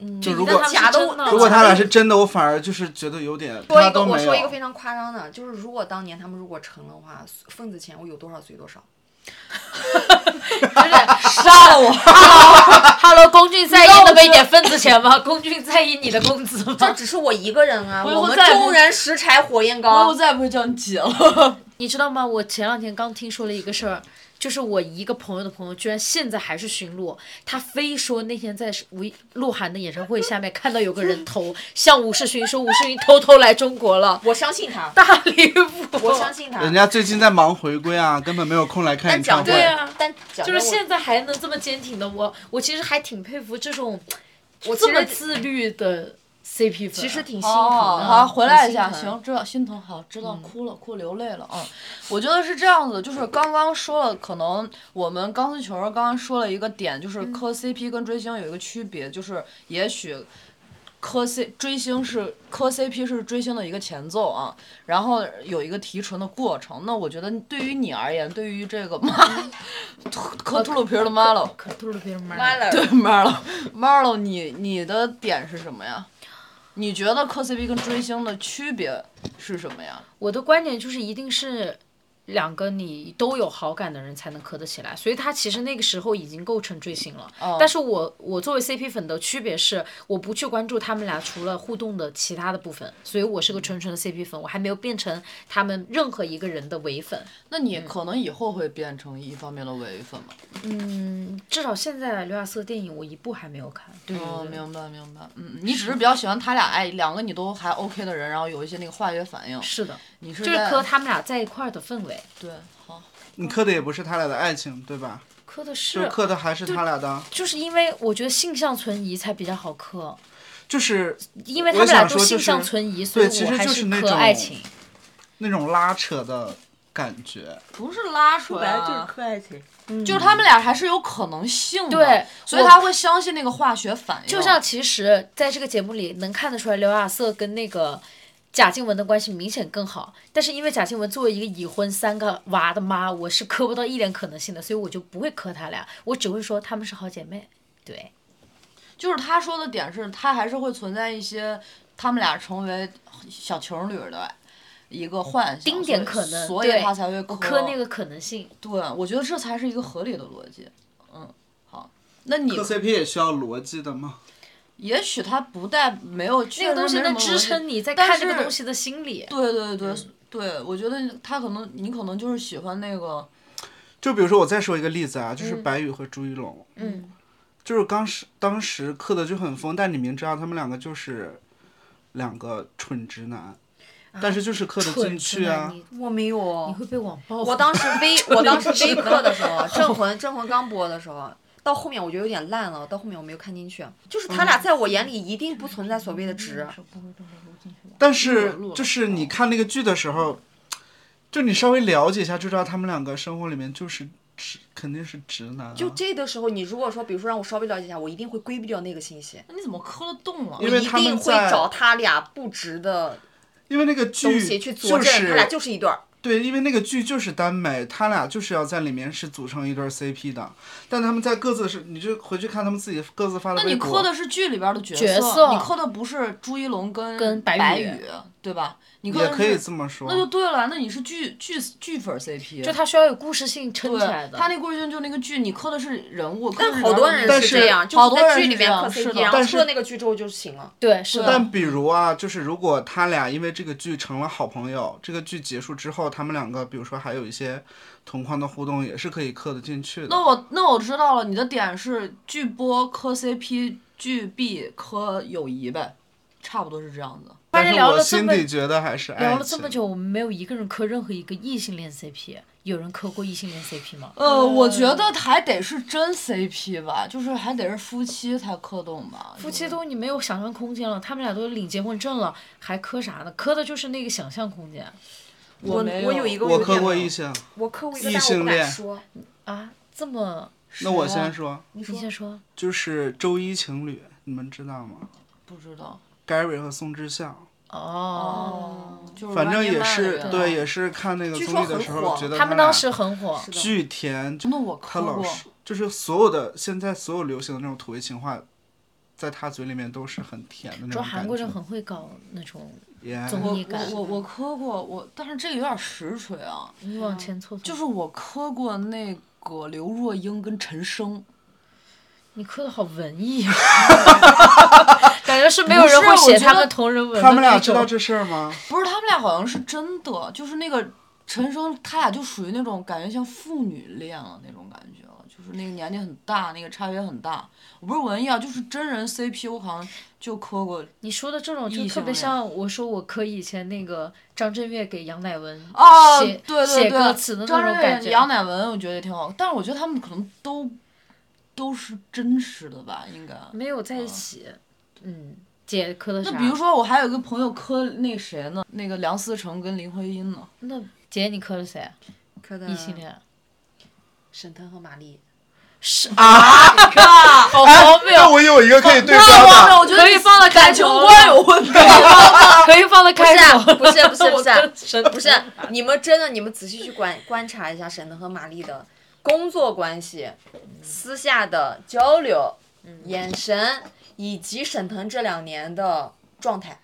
嗯就如果假的的，如如果他俩是真的，我反而就是觉得有点他说一个，都我没说一个非有。常夸张的，就是如果当年他们如果成的话，份子钱我有多少随多少。 真的杀了我 ！Hello Hello，龚 俊在意那么一点份子钱 吗？龚俊在意你的工资这吗？只是我一个人啊，我以我后们再也不众人拾柴火焰我以后高。再也不会叫你姐了。 你知道吗？我前两天刚听说了一个事儿，就是我一个朋友的朋友，居然现在还是巡逻，他非说那天在吴亦鹿晗的演唱会下面看到有个人头向吴世勋说吴世勋偷偷来中国了，我相信他，大离谱！我相信他。人家最近在忙回归啊，根本没有空来看但演唱讲会。真对啊但讲就真是我现在还能这么坚挺的我，我其实还挺佩服这种我其这么实自律的 CP 粉。啊其实挺心疼哦的。，好，回来一下，很心疼嗯行，知道心疼，好，知道，哭了，哭流泪了，嗯，我觉得是这样子，就是刚刚说了，可能我们钢丝球儿刚刚说了一个点，就是嗯磕 CP 跟追星有一个区别，就是也许磕 C 追星是磕 CP 是追星的一个前奏啊，然后有一个提纯的过程。那我觉得对于你而言，对于这个 妈秃磕秃噜皮儿的 Marlo，可吐了别人妈妈了。了，对 Marlo，Marlo，你你的点是什么呀？你觉得磕 CP 跟追星的区别是什么呀？我的观点就是，一定是两个你都有好感的人才能磕得起来，所以他其实那个时候已经构成追星了。但是我我作为 CP 粉的区别是，我不去关注他们俩除了互动的其他的部分，所以我是个纯纯的 CP 粉，我还没有变成他们任何一个人的唯粉。那嗯你可能以后会变成一方面的唯粉吧？至少现在刘亚瑟的电影我一部还没有看。对对哦，对明白明白，嗯，你只是比较喜欢他俩，哎，两个你都还 OK 的人，然后有一些那个化学反应，是的，你是就是在磕他们俩在一块儿的氛围，对，好，你磕的也不是他俩的爱情，对吧？磕的，就是磕的还是他俩的，就是因为我觉得性向存疑才比较好磕，就是因为他我们俩想都说就性向是存疑，所以对其我实还就是那磕种爱情。那种拉扯的感觉。不是拉出来啊，爱情。就是他们俩还是有可能性的，对所以我他会相信那个化学反应，就嗯像其实在这个节目里能看得出来，刘亚瑟跟那个贾静雯的关系明显更好，但是因为贾静雯作为一个已婚三个娃的妈，我是磕不到一点可能性的，所以我就不会磕他俩，我只会说她们是好姐妹。对，就是他说的点是，他还是会存在一些他们俩成为小情侣的一个幻想，丁点可能，所以所以对他才会我磕磕那。个可能性。对，我觉得这才是一个合理的逻辑。嗯，好，那你磕 CP 也需要逻辑的吗？也许他不带没有确实那个东西没什能么支逻辑撑你在但看这个是东西的心理。对对对、嗯对，我觉得他可能你可能就是喜欢那个，就比如说我再说一个例子啊，就是白宇和朱一龙，嗯，就是当时当时磕的就很疯，但你明知道他们两个就是两个蠢直男，但是就是磕得进去啊。你我没有你哦，会被网暴。我当时微，我当时微课的时候，镇魂镇魂刚播的时候，到后面我觉得有点烂了，到后面我没有看进去。就是他俩在我眼里一定不存在所谓的值，但录是了录了就是你看那个剧的时候，就你稍微了解一下就知道他们两个生活里面就是直，肯定是直男、啊。就这的时候，你如果说，比如说让我稍微了解一下，我一定会规避掉那个信息，那你怎么磕啊了洞了？因为一他们定会在找他俩不值的因为那个东剧西去佐就证，是他俩就是一对儿。对，因为那个剧就是耽美，他俩就是要在里面是组成一对儿 CP 的，但他们在各自是，你就回去看他们自己各自发的那微你博。磕的是剧里边的角色，角色你磕的不是朱一龙跟跟白白宇宇对吧？你磕也的可以是这么说嗯那，就对了，那你是剧剧剧粉 CP，就它需要有故事性撑起来对，的。他那故事线就那个剧，你磕的是人物，但磕的是好多人但物是这样，就好是多在人剧是里这面样磕啊是 CP，的然后但是出了那个剧之后就行了。对是的，但比如啊，就是如果他俩因为这个剧成了好朋友，这个剧结束之后，他们两个比如说还有一些同框的互动，也是可以刻得进去的那。我那我知道了，你的点是剧播磕 CP，剧必磕友谊呗。差不多是这样子。发但现是聊我了这心么底觉得还是爱情。聊了这么久，我们没有一个人磕任何一个异性恋 CP，有人磕过异性恋 CP 吗？呃，我觉嗯得还得是真 CP 吧，就是还得是夫妻才磕动吧。夫妻都你没有想象空间了，他们俩都领结婚证了，还磕啥呢？磕的就是那个想象空间我我没我有有一个我有磕点过异性，我磕过一个，异但我性不恋敢说。啊！这么，那我先说，你说你先说，就是周一情侣，你们知道吗不知道， ？Gary 和宋智孝，哦，嗯就是反正也是玩恋爱的人对，也是看那个据综艺说的很时候火觉得他们们当时很火，是的巨甜，就那我他磕老过，是就是所有的现在所有流行的那种土味情话，在他嘴里面都是很甜的那主种要韩感国人觉。很会搞那种 Yeah 综我艺感我，我我磕过，我但是这个有点实锤啊，你往前凑凑，就是我磕过那个刘若英跟陈升，你磕的好文艺啊， 感觉是没有人会不是写我觉他得们同人文的他们俩那知道种这事儿吗？不是他们俩好像是真的，就是那个陈升他俩就属于那种感觉像父女恋了那种感觉了，就是那个年纪很大，那个差别很大。我不是文艺啊，就是真人 CP，我好像就磕过你说的这种就异特别性恋像我说我磕以前那个张震岳给杨乃文哦，写对对对，写歌词的那张种震感岳、觉。杨乃文，我觉得也挺好，但是我觉得他们可能都都是真实的吧，应该。没有在一起。嗯，姐磕的啥？那比如，说，我还有一个朋友磕那谁呢？那个梁思成跟林徽因 呢？那姐你磕的谁？啊磕的异性恋？沈腾和马丽，是啊，好哎荒谬，我有一个可以对那标我的，我觉得可以放到感开情头了观有问题。可以放在不是啊开啊头。不是不是不我是跟神不是，你们真的你们仔细去观观察一下沈腾和马丽的工作关系、私下的交流、眼神，以及沈腾这两年的状态，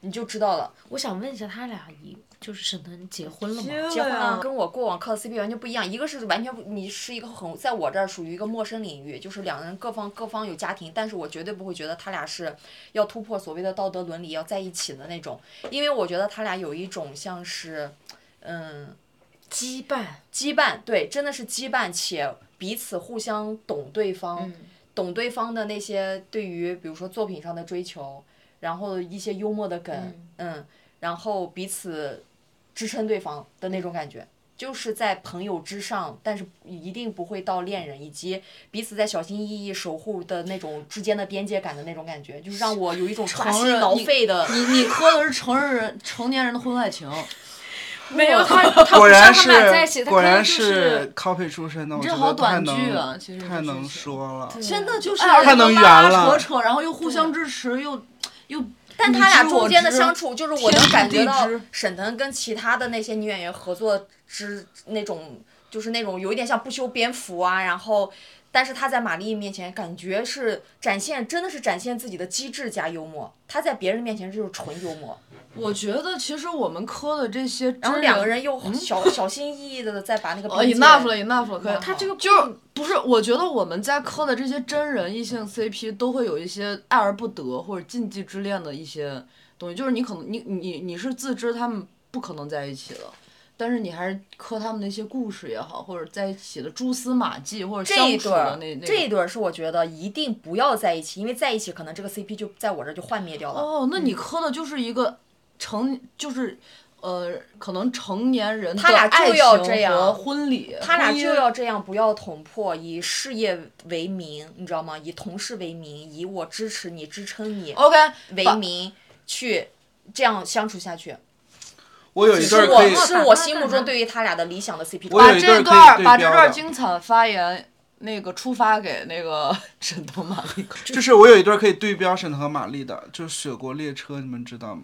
你就知道了。我想问一下，他俩一就是沈腾结婚了吗？结婚啊了，了，跟我过往靠 CP 完全不一样。一个是完全不，你是一个很在我这儿属于一个陌生领域，就是两个人各方各方有家庭，但是我绝对不会觉得他俩是要突破所谓的道德伦理要在一起的那种，因为我觉得他俩有一种像是，嗯，羁绊，羁绊，对，真的是羁绊，且彼此互相懂对方，懂对方的那些对于比如说作品上的追求，然后一些幽默的梗，嗯然后彼此支撑对方的那种感觉，就是在朋友之上，但是一定不会到恋人，以及彼此在小心翼翼守护的那种之间的边界感的那种感觉，就是让我有一种抓承心认挠你肺的。你你磕的是成人成年人的婚外情， 没有他，他 不果是然他们俩在一起，是他果可能然就是。 copy 出身的，我这觉好得太短剧啊能其实太这能事情说了。真的就是哎太能圆了拉扯扯，然后又互相支持，又又。但你他俩知中我间的知相处，就是我天能知感觉地到知沈腾跟其他的那些女演员合作之那种，就是那种有一点像不修边幅啊，然后，但是他在马丽面前感觉是展现，真的是展现自己的机智加幽默，他在别人面前就是纯幽默，我觉得其实我们磕的这些，然后两个人又 小、小心翼翼的再把那个呃边界。 ，enough 了，enough 了，可以。他这个就是不是？我觉得我们在磕的这些真人异性 CP 都会有一些爱而不得或者禁忌之恋的一些东西，就是你可能你你你是自知他们不可能在一起的，但是你还是磕他们那些故事也好，或者在一起的蛛丝马迹或者这相一处对儿的那那，这一种。对儿是我觉得一定不要在一起，因为在一起可能这个 CP 就在我这儿就幻灭掉了。哦，那你磕的就是一个成就是。呃，可能成年人的他俩爱就要情这样和婚礼，他俩婚姻就要这样，不要捅破，以事业为名，你知道吗？以同事为名，以我支持你、支撑你 OK 为把名去这样相处下去。我有一对儿是可以啊我，是我心目中对于他俩的理想的 CP 我有一段可以把这状态。段儿对把这标段儿的精彩发言那个出发给那个 沈腾马丽。就是我有一对儿可以对标沈腾和马丽的，就是《雪国列车》，你们知道吗？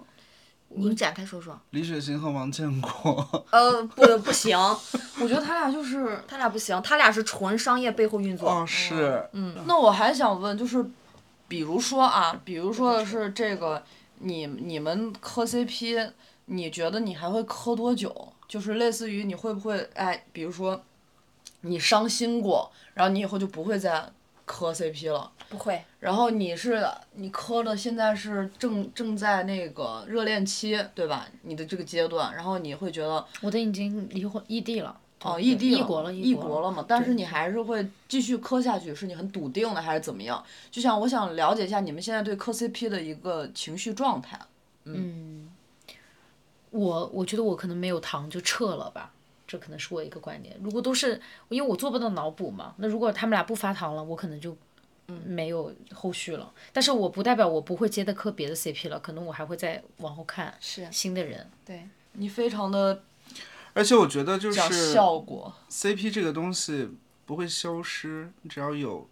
你展开说说。李雪琴和王建国，呃，不，不行，我觉得他俩就是，他俩不行，他俩是纯商业背后运作。哦，是，那我还想问，就是比如说啊，比如说的是这个，你你们磕 CP，你觉得你还会磕多久？就是类似于你会不会哎，比如说你伤心过，然后你以后就不会再磕 CP 了。不会，然后你是你磕的，现在是正正在那个热恋期，对吧？你的这个阶段，然后你会觉得我都已经离婚异地了，哦，异地异国了了嘛，异异国了国了嘛？但是对你还是会继续磕下去，是你很笃定的，还是怎么样？就像我想了解一下你们现在对磕 CP 的一个情绪状态。我我觉得我可能没有糖就撤了吧，这可能是我一个观点。如果都是因为我做不到脑补嘛，那如果他们俩不发糖了，我可能就嗯没有后续了。但是我不代表我不会接的磕别的 CP 了，可能我还会再往后看是新的人。对，你非常的而且我觉得就是讲效果， CP 这个东西不会消失，只要有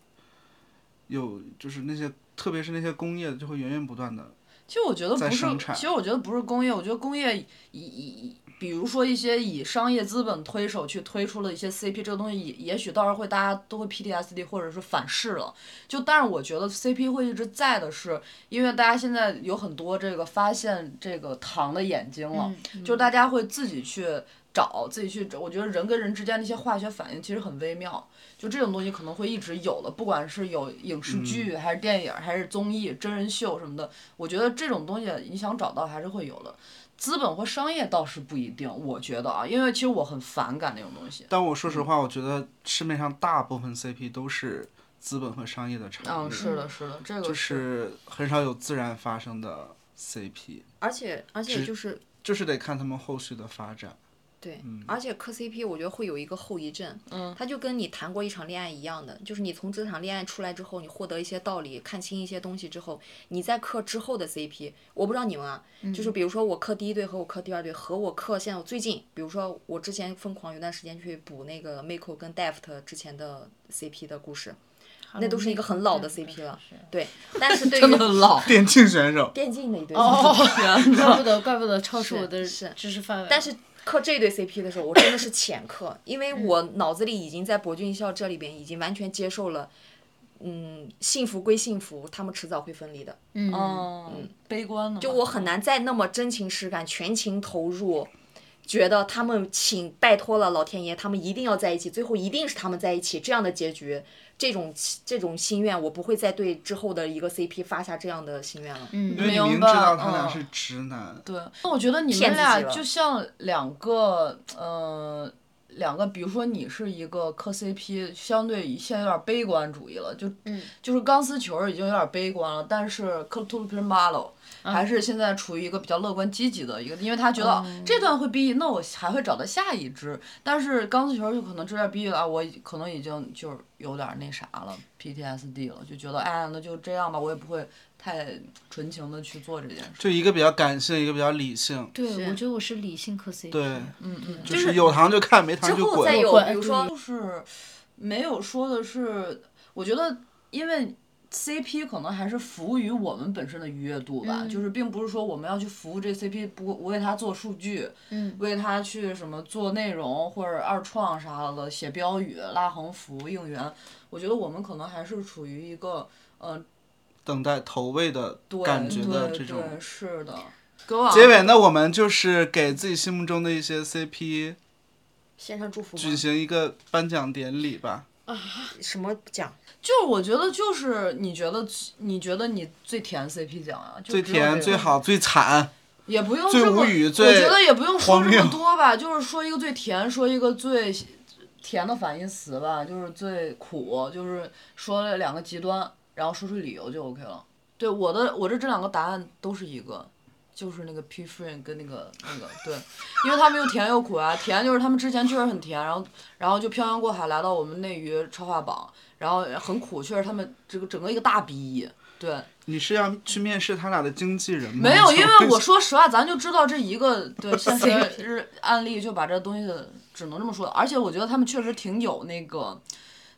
有就是那些，特别是那些工业的，就会源源不断的。其实我觉得在不是生，产其实我觉得不是工业，我觉得工业以以以，比如说一些以商业资本推手去推出了一些 CP 这个东西，也也许到时候会大家都会 PTSD 或者是反噬了。就但是我觉得 CP 会一直在的是，因为大家现在有很多这个发现这个糖的眼睛了，嗯就是大家会自己去。找自己去找，我觉得人跟人之间的一些化学反应其实很微妙，就这种东西可能会一直有的，不管是有影视剧还是电影还是综艺、真人秀什么的，我觉得这种东西你想找到还是会有的。资本或商业倒是不一定，我觉得啊，因为其实我很反感那种东西。但我说实话，我觉得市面上大部分 CP 都是资本和商业的产物，嗯，是的，是的，这个就是是很少有自然发生的 CP，而且而且就是就是得看他们后续的发展。对，而且磕 CP 我觉得会有一个后遗症，嗯，它就跟你谈过一场恋爱一样的，就是你从这场恋爱出来之后，你获得一些道理，看清一些东西之后，你再磕之后的 CP，我不知道你们啊，嗯就是比如说我磕第一对和我磕第二对，和我磕现在我最近，比如说我之前疯狂有段时间去补那个 Miko 跟 Deft 之前的 CP 的故事，那都是一个很老的 CP 了，对，但是对真的很于老。哦电竞选手，电竞的一对 CP，天怪不呐，得，怪不得超出是我的是知识范围。但是磕这对 CP 的时候，我真的是浅磕，因为我脑子里已经在博君一笑这里边已经完全接受了，嗯，幸福归幸福，他们迟早会分离的。嗯，悲观的嘛。就我很难再那么真情实感、全情投入，觉得他们请拜托了老天爷，他们一定要在一起，最后一定是他们在一起这样的结局，这种这种心愿，我不会再对之后的一个 CP 发下这样的心愿了。嗯，因为你明明知白道他俩嗯是直男，对，那我觉得你骗们自己俩了就像两个，呃，两个，比如说你是一个磕 CP，相对现在有点悲观主义了，就、嗯就是钢丝球已经有点悲观了，但是克鲁图皮马洛嗯还是现在处于一个比较乐观积极的一个，因为他觉得嗯这段会 BE，那我还会找到下一支，但是钢丝球就可能这段 BE 了，啊我可能已经就是有点那啥了，PTSD 了，就觉得哎呀，那就这样吧，我也不会太纯情的去做这件事。就一个比较感性，一个比较理性。对，我觉得我是理性磕 CP。对，嗯嗯，就是是有糖就看，没糖之就后再滚。有，滚比如说就是没有说的是，我觉得因为 CP 可能还是服务于我们本身的愉悦度吧，就是并不是说我们要去服务这 CP，不我为他做数据，嗯，为他去什么做内容或者二创啥的，写标语、拉横幅、应援，我觉得我们可能还是处于一个呃，等待投喂的对感觉的对这种。对是的。给我结尾呢，我们就是给自己心目中的一些 CP 献上祝福举吗？行一个颁奖典礼吧。什么奖？就是我觉得就是你觉得你觉得你最甜 CP 奖啊，就最只有这甜、个最好、最惨，也不用最这么无语我最觉得也不用说荒这么谬多吧，就是说一个最甜，说一个最甜的反义词吧，就是最苦，就是说了两个极端，然后说出理由就 OK 了。对我的，我这这两个答案都是一个，就是那个 P Friend 跟那个那个对，因为他们又甜又苦啊，甜就是他们之前确实很甜，然后然后就漂洋过海来到我们内娱超话榜，然后很苦，确实他们这个整个一个大逼，对。你是要去面试他俩的经纪人吗？没有，因为我就说实话，咱就知道这一个对现实日案例，就把这东西只能这么说。而且我觉得他们确实挺有那个，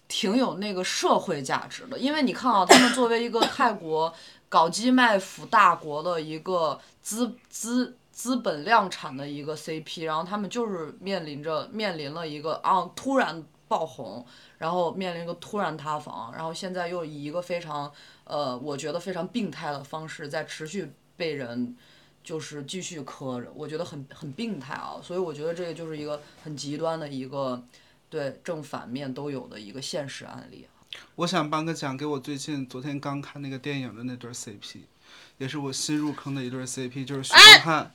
挺有那个社会价值的。因为你看啊，他们作为一个泰国搞基卖腐大国的一个资资资本量产的一个 CP，然后他们就是面临着面临了一个啊突然爆红，然后面临一个突然塌房，然后现在又以一个非常呃，我觉得非常病态的方式在持续被人就是继续磕着，我觉得很很病态啊，所以我觉得这个就是一个很极端的一个对正反面都有的一个现实案例。啊我想颁个奖给我最近昨天刚看那个电影的那对 CP，也是我新入坑的一对哎 CP，就是许光汉。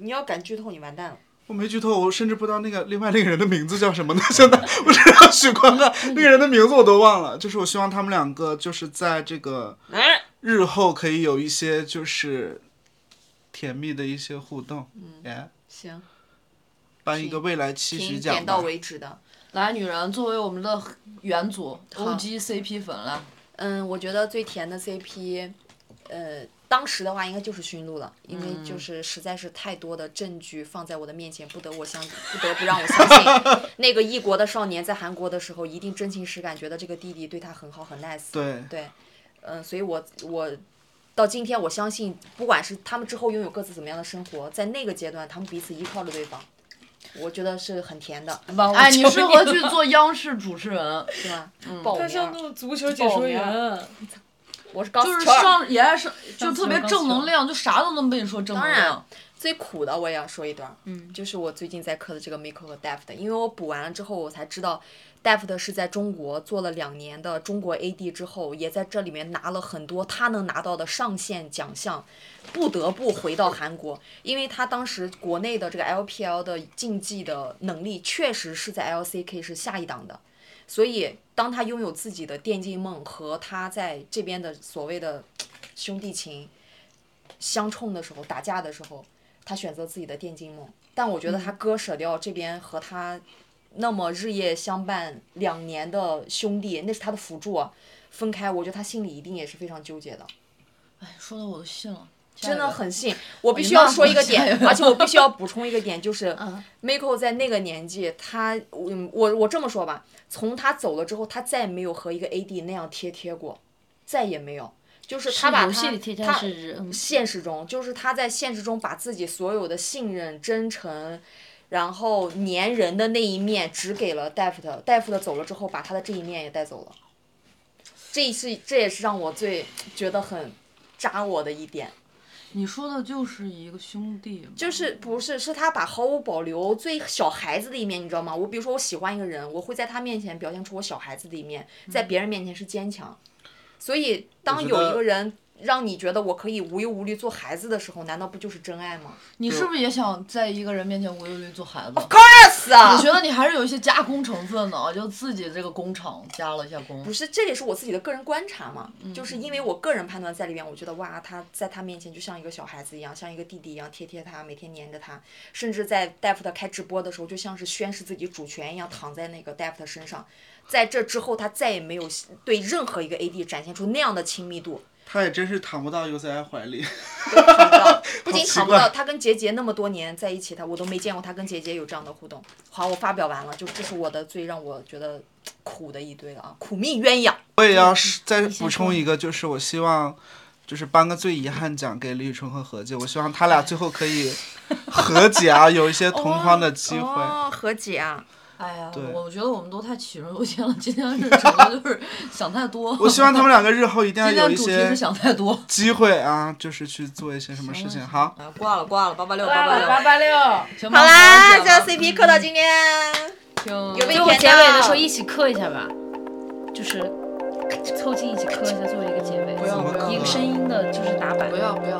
你要敢剧透，你完蛋了。我没剧透，我甚至不知道那个另外那个人的名字叫什么呢？ 现在我只知道许光汉，嗯那个人的名字我都忘了。就是我希望他们两个就是在这个日后可以有一些就是甜蜜的一些互动，嗯耶，行，颁一个未来期许挺奖点到吧。为止的。来，女人作为我们的元祖 OG CP 粉来，嗯，我觉得最甜的 CP，呃，当时的话应该就是驯鹿了，因为就是实在是太多的证据放在我的面前，不得我相，不得不让我相信那个异国的少年在韩国的时候，一定真情实感觉得这个弟弟对他很好很 nice。对，对，嗯，所以我我到今天我相信，不管是他们之后拥有各自怎么样的生活，在那个阶段，他们彼此依靠着对方，我觉得是很甜的，哎，你适合去做央视主持 人，是吧？爆他像名，啊那种足球解说员，啊我是高就是斯特尔。上也爱上，就特别正能量，就啥都能被你说正能量。最苦的我也要说一段，嗯，就是我最近在磕的这个 Miko 和 Deft，因为我补完了之后，我才知道 Deft 是在中国做了两年的中国 AD 之后，也在这里面拿了很多他能拿到的上线奖项，不得不回到韩国，因为他当时国内的这个 LPL 的竞技的能力确实是在 LCK 是下一档的，所以当他拥有自己的电竞梦和他在这边的所谓的兄弟情相冲的时候，打架的时候，他选择自己的电竞梦。但我觉得他割舍掉这边和他那么日夜相伴两年的兄弟，那是他的辅助、啊，分开，我觉得他心里一定也是非常纠结的。哎，说的我都信了，真下一的个很信。我必须骂要我说一个下一点，个而且我必须要补充一个点，就是 Miko 在那个年纪，他嗯，我我这么说吧，从他走了之后，他再也没有和一个 AD 那样贴贴过，再也没有。就是他把游戏他里贴贴他还是嗯现实中，就是他在现实中把自己所有的信任、真诚，然后粘人的那一面只给了戴夫特，戴夫特走了之后，把他的这一面也带走了。这是这也是让我最觉得很扎我的一点。你说的就是一个兄弟吧，就是不是是他把毫无保留最小孩子的一面，你知道吗？我比如说我喜欢一个人，我会在他面前表现出我小孩子的一面，在别人面前是坚强。所以当觉有得一个人让你觉得我可以无忧无虑做孩子的时候，难道不就是真爱吗你是不是也想在一个人面前无忧无虑做孩子？ ？Yes 啊我觉得你还是有一些加工成分的，啊就自己这个工厂加了一下工不。是，这也是我自己的个人观察嘛，嗯就是因为我个人判断在里面，我觉得哇，他在他面前就像一个小孩子一样，像一个弟弟一样贴贴他，每天黏着他，甚至在戴夫特开直播的时候，就像是宣示自己主权一样，躺在那个戴夫特身上。在这之后，他再也没有对任何一个 AD 展现出那样的亲密度，他也真是躺不到 UCI 怀里。躺不 到，不仅好奇躺不到，怪他跟杰杰那么多年在一起，他我都没见过他跟杰杰有这样的互动。好，我发表完了，就这是我的最让我觉得苦的一堆了啊，苦命鸳鸯。我也要是再补充一个，就是我希望，就是颁个最遗憾奖给李宇春和何洁，我希望他俩最后可以和解啊，有一些同框的机会。哦，和解啊！哎呀，对我觉得我们都太杞人忧天了，今天是整个就是想太多。我希望他们两个日后一定要今有天一主题是些想太多。机会啊，就是去做一些什么事情。好，啊，挂了挂了，八八六八八八六，行吧好啦，这好 CP 磕到今天，有挺最没有后甜结尾的时候到一起磕一下吧，就是凑近一起磕一下作为一个结尾，嗯不要不要一个声音的就是打板不。要不要。